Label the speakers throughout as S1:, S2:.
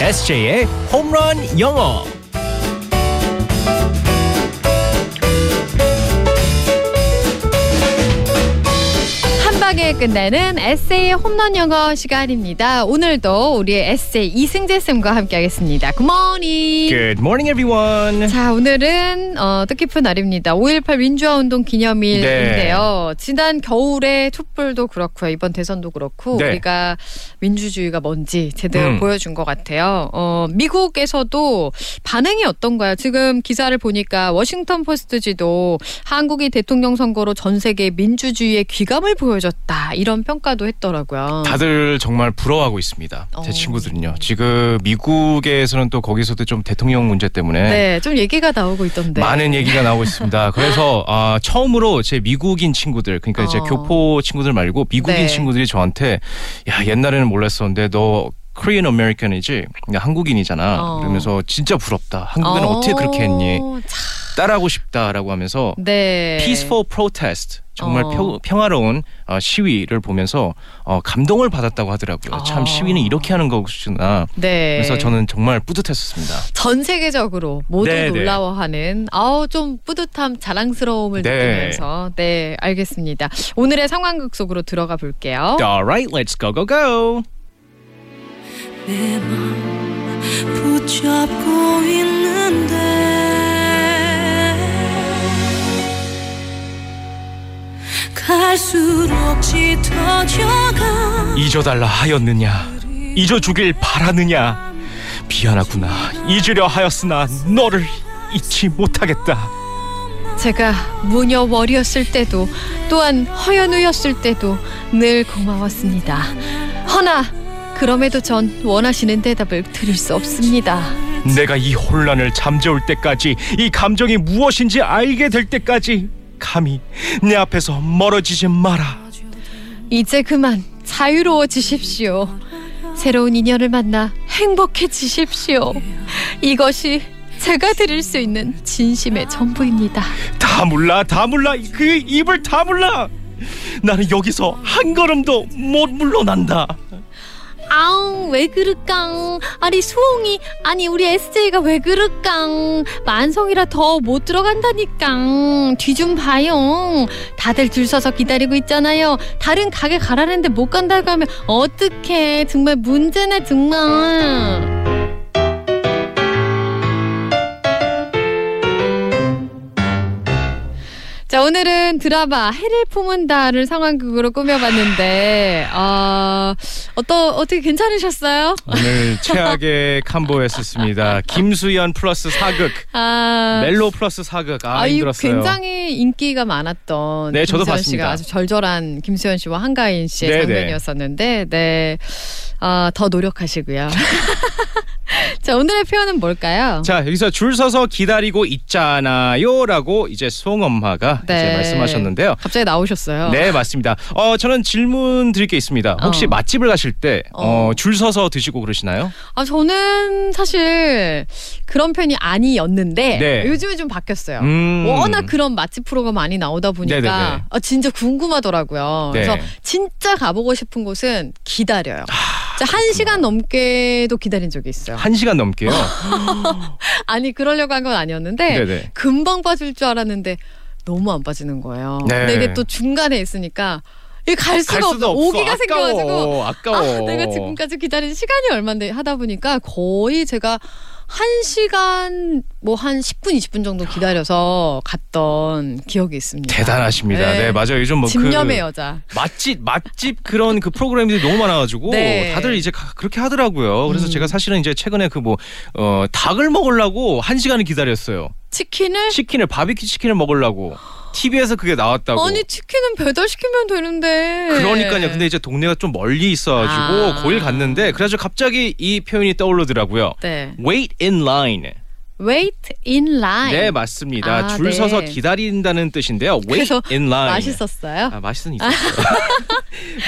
S1: SJ의 홈런 영어.
S2: 한 방에 끝내는 에세이 홈런 영어 시간입니다. 오늘도 우리의 에세이 이승재 쌤과 함께하겠습니다. 굿모닝.
S1: Good morning, everyone.
S2: 자, 오늘은 어, 뜻깊은 날입니다. 5.18 민주화 운동 기념일인데요.
S3: 네.
S2: 지난 겨울에 촛불도 그렇고요. 이번 대선도 그렇고
S1: 네.
S2: 우리가 민주주의가 뭔지 제대로
S1: 음.
S2: 보여준 것 같아요. 어, 미국에서도 반응이 어떤가요? 지금 기사를 보니까 워싱턴 포스트지도 한국이 대통령 선거로 전 세계 민주주의의 귀감을 보여줬다 이런 평가도 했더라고요.
S3: 다들 정말 부러워하고 있습니다.
S2: 어.
S3: 제 친구들은요. 지금 미국에서는 또 거기서도 좀 대통령 문제 때문에
S2: 네, 좀 얘기가 나오고 있던데.
S3: 많은 얘기가 나오고 있습니다. 그래서 아, 처음으로 제 미국인 친구들, 그러니까 이제
S2: 어.
S3: 교포 친구들 말고 미국인
S2: 네.
S3: 친구들이 저한테 야 옛날에는 몰랐었는데 너 크리엔 아메리칸이지 그냥 한국인이잖아.
S2: 어.
S3: 그러면서 진짜 부럽다. 한국에는 어. 떻게 그렇게 했니?
S2: 참,
S3: 따라하고 싶다라고 하면서
S2: 네.
S3: peaceful protest 정말
S2: 어.
S3: 평- 평화로운 어, 시위를 보면서 어, 감동을 받았다고 하더라고요.
S2: 아.
S3: 참 시위는 이렇게 하는 거구나.
S2: 네.
S3: 그래서 저는 정말 뿌듯했었습니다.
S2: 전 세계적으로 모두
S3: 네, 네.
S2: 놀라워하는 아우 좀 뿌듯함 자랑스러움을
S3: 네.
S2: 느끼면서 네 알겠습니다. 오늘의 상황극 속으로 들어가 볼게요.
S3: Alright, let's go go go.
S4: 내 맘 붙잡고 있는데 갈수록 짙어져가
S3: 잊어달라 하였느냐? 잊어주길 바라느냐? 미안하구나. 잊으려 하였으나 너를 잊지 못하겠다.
S2: 제가 무녀월이었을 때도 또한 허연우였을 때도 늘 고마웠습니다. 허나 그럼에도 전 원하시는 대답을 드릴 수 없습니다.
S3: 내가 이 혼란을 잠재울 때까지 이 감정이 무엇인지 알게 될 때까지 감히 내 앞에서 멀어지지 마라.
S2: 이제 그만 자유로워지십시오. 새로운 인연을 만나 행복해지십시오. 이것이 제가 드릴 수 있는 진심의 전부입니다.
S3: 다 몰라 다 몰라 그 입을 다 몰라 나는 여기서 한 걸음도 못 물러난다
S2: 아웅 왜 그럴까? 아니 수홍이 아니 우리 SJ가 왜 그럴까? 만성이라 더 못 들어간다니까. 뒤 좀 봐요. 다들 줄 서서 기다리고 있잖아요. 다른 가게 가라는데 못 간다고 하면 어떡해? 정말 문제네 정말. 자 오늘은 드라마 해를 품은다를 상황극으로 꾸며봤는데 어, 어떠 어떻게 괜찮으셨어요?
S3: 오늘 최악의 캄보였었습니다 김수현 플러스 사극
S2: 아
S3: 멜로 플러스 사극 아
S2: 아유,
S3: 힘들었어요
S2: 굉장히 인기가 많았던
S3: 네, 저도
S2: 김수현
S3: 봤습니다.
S2: 씨가 아주 절절한 김수현 씨와 한가인 씨의
S3: 네, 네.
S2: 장면이었었는데 네. 아, 더 노력하시고요. 자, 오늘의 표현은 뭘까요?
S3: 자 여기서 줄 서서 기다리고 있잖아요라고 이제 수홍 엄마가
S2: 네.
S3: 이제 말씀하셨는데요
S2: 갑자기 나오셨어요.
S3: 네 맞습니다 어 저는 질문 드릴 게 있습니다 혹시
S2: 어.
S3: 맛집을 가실 때
S2: 어.
S3: 어 줄 서서 드시고 그러시나요
S2: 아, 저는 사실 그런 편이 아니었는데
S3: 네.
S2: 요즘에 좀 바뀌었어요.
S3: 음.
S2: 워낙 그런 맛집 프로가 많이 나오다 보니까
S3: 네네네.
S2: 아, 진짜 궁금하더라고요.
S3: 네.
S2: 그래서 진짜 가보고 싶은 곳은 기다려요.
S3: 아,
S2: 진짜 한 시간 넘게도 기다린 적이 있어요.
S3: 한 시간 넘게요
S2: 아니 그러려고 한 건 아니었는데
S3: 네네.
S2: 금방 빠질 줄 알았는데 너무 안 빠지는 거예요.
S3: 네.
S2: 근데 이게 또 중간에 있으니까 이게 갈 수가,
S3: 갈 수도
S2: 없어.
S3: 없어
S2: 오기가
S3: 아까워. 어.
S2: 생겨가지고
S3: 아까워
S2: 아, 내가 지금까지 기다린 시간이 얼마인데 하다 보니까 거의 제가 한 시간 뭐 한 10분 20분 정도 기다려서 갔던 기억이 있습니다.
S3: 대단하십니다.
S2: 네.
S3: 네, 맞아요. 요즘 뭐
S2: 집념의
S3: 그
S2: 여자.
S3: 맛집 맛집 그런 그 프로그램들이 너무 많아가지고
S2: 네.
S3: 다들 이제 가- 그렇게 하더라고요. 그래서
S2: 음.
S3: 제가 사실은 이제 최근에 그 뭐 어, 닭을 먹으려고 한 시간을 기다렸어요.
S2: 치킨을
S3: 치킨을 바비큐 치킨을 먹으려고 TV에서 그게 나왔다고.
S2: 아니 치킨은 배달 시키면 되는데.
S3: 그러니까요. 근데 이제 동네가 좀 멀리 있어가지고
S2: 아.
S3: 거길 갔는데 그래서 갑자기 이 표현이 떠오르더라고요.
S2: 네.
S3: Wait in line.
S2: wait in line.
S3: 네, 맞습니다.
S2: 아,
S3: 줄
S2: 네.
S3: 서서 기다린다는 뜻인데요. Wait
S2: 그래서
S3: in line.
S2: 맛있었어요.
S3: 아, 맛은 있었어요.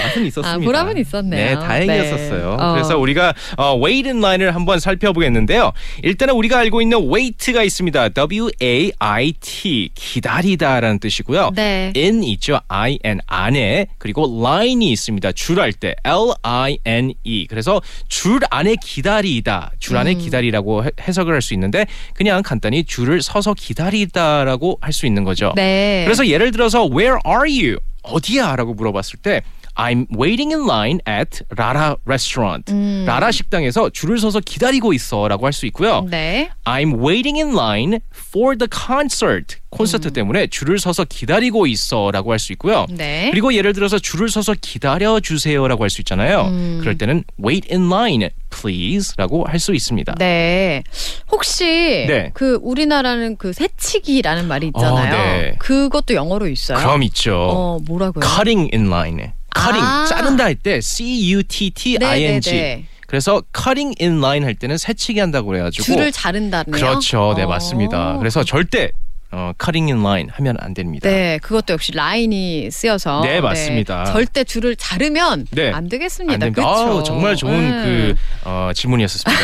S3: 맛은 있었습니다.
S2: 아, 보람은 있었네요.
S3: 네, 다행이었었어요.
S2: 네. 어.
S3: 그래서 우리가 어, wait in line을 한번 살펴보겠는데요. 일단은 우리가 알고 있는 wait가 있습니다. W A I T 기다리다라는 뜻이고요.
S2: 네.
S3: in 있죠. I N 안에 그리고 line이 있습니다. 줄 할 때 L I N E. 그래서 줄 안에 기다리다. 줄 안에 기다리라고 해- 해석을 할 수 있는데 그냥 간단히 줄을 서서 기다리다라고 할 수 있는 거죠.
S2: 네.
S3: 그래서 예를 들어서 Where are you? 어디야?라고 물어봤을 때 I'm waiting in line at 라라 restaurant. 라라 식당에서 줄을 서서 기다리고 있어라고 할 수 있고요.
S2: 네.
S3: I'm waiting in line for the concert. 콘서트
S2: 음.
S3: 때문에 줄을 서서 기다리고 있어라고 할 수 있고요.
S2: 네.
S3: 그리고 예를 들어서 줄을 서서 기다려 주세요라고 할 수 있잖아요.
S2: 음.
S3: 그럴 때는 wait in line please라고 할 수 있습니다.
S2: 네. 혹시
S3: 네.
S2: 그 우리나라는 그 새치기라는 말이 있잖아요.
S3: 어, 네.
S2: 그것도 영어로 있어요.
S3: 그럼 있죠.
S2: 어, 뭐라고요?
S3: cutting in line. cutting
S2: 아.
S3: 자른다 할 때 c u t t i n g.
S2: 네네네.
S3: 그래서 cutting in line 할 때는 새치기 한다고 그래 가지고
S2: 줄을 자른다네요.
S3: 그렇죠. 네,
S2: 어.
S3: 맞습니다. 그래서 절대 어, cutting in line 하면 안 됩니다.
S2: 네, 그것도 역시 라인이 쓰여서
S3: 네, 맞습니다.
S2: 절대 줄을 자르면
S3: 네.
S2: 안 되겠습니다.
S3: 안 됩니다.
S2: 그렇죠.
S3: 아우, 정말 좋은 그 어, 질문이었습니다.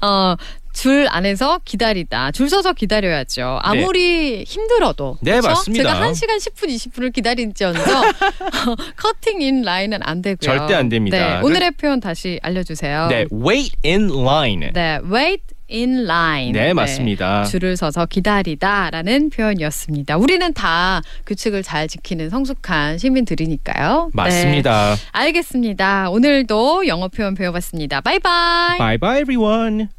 S2: 어, 줄 안에서 기다리다. 줄 서서 기다려야죠. 아무리 힘들어도.
S3: 네,
S2: 그쵸?
S3: 맞습니다.
S2: 제가 1시간 10분, 20분을 기다린지언정 커팅 인 라인은 안 되고요.
S3: 절대 안 됩니다.
S2: 네,
S3: 그-
S2: 오늘의 표현 다시 알려주세요.
S3: 네, wait in line.
S2: 아. 네, wait in line.
S3: 네, 맞습니다.
S2: 줄을 서서 기다리다라는 표현이었습니다. 우리는 다 규칙을 잘 지키는 성숙한 시민들이니까요.
S3: 맞습니다.
S2: 네, 알겠습니다. 오늘도 영어 표현 배워봤습니다. 바이바이.
S3: Bye bye everyone.